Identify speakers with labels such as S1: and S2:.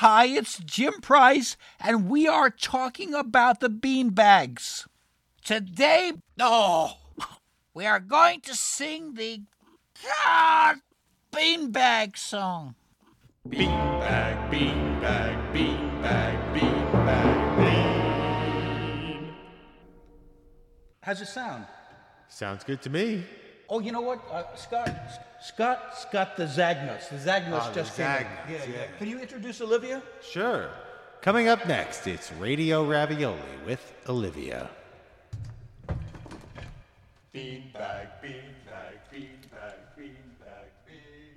S1: Hi, it's Jim Price, and we are talking about the beanbags. Today, oh, we are going to sing the God beanbag song.
S2: Beanbag, beanbag, beanbag, beanbag, bean.
S1: How's it sound?
S2: Sounds good to me.
S1: Oh, you know what, uh, Scott, Scott, Scott, the Zagnos, the Zagnos
S2: Oh, the
S1: just came.
S2: Zagnos,
S1: in. Yeah, yeah,
S2: yeah.
S1: Can you introduce Olivia?
S2: Sure. Coming up next, it's Radio Ravioli with Olivia. Beanbag, beanbag, beanbag, beanbag, bean.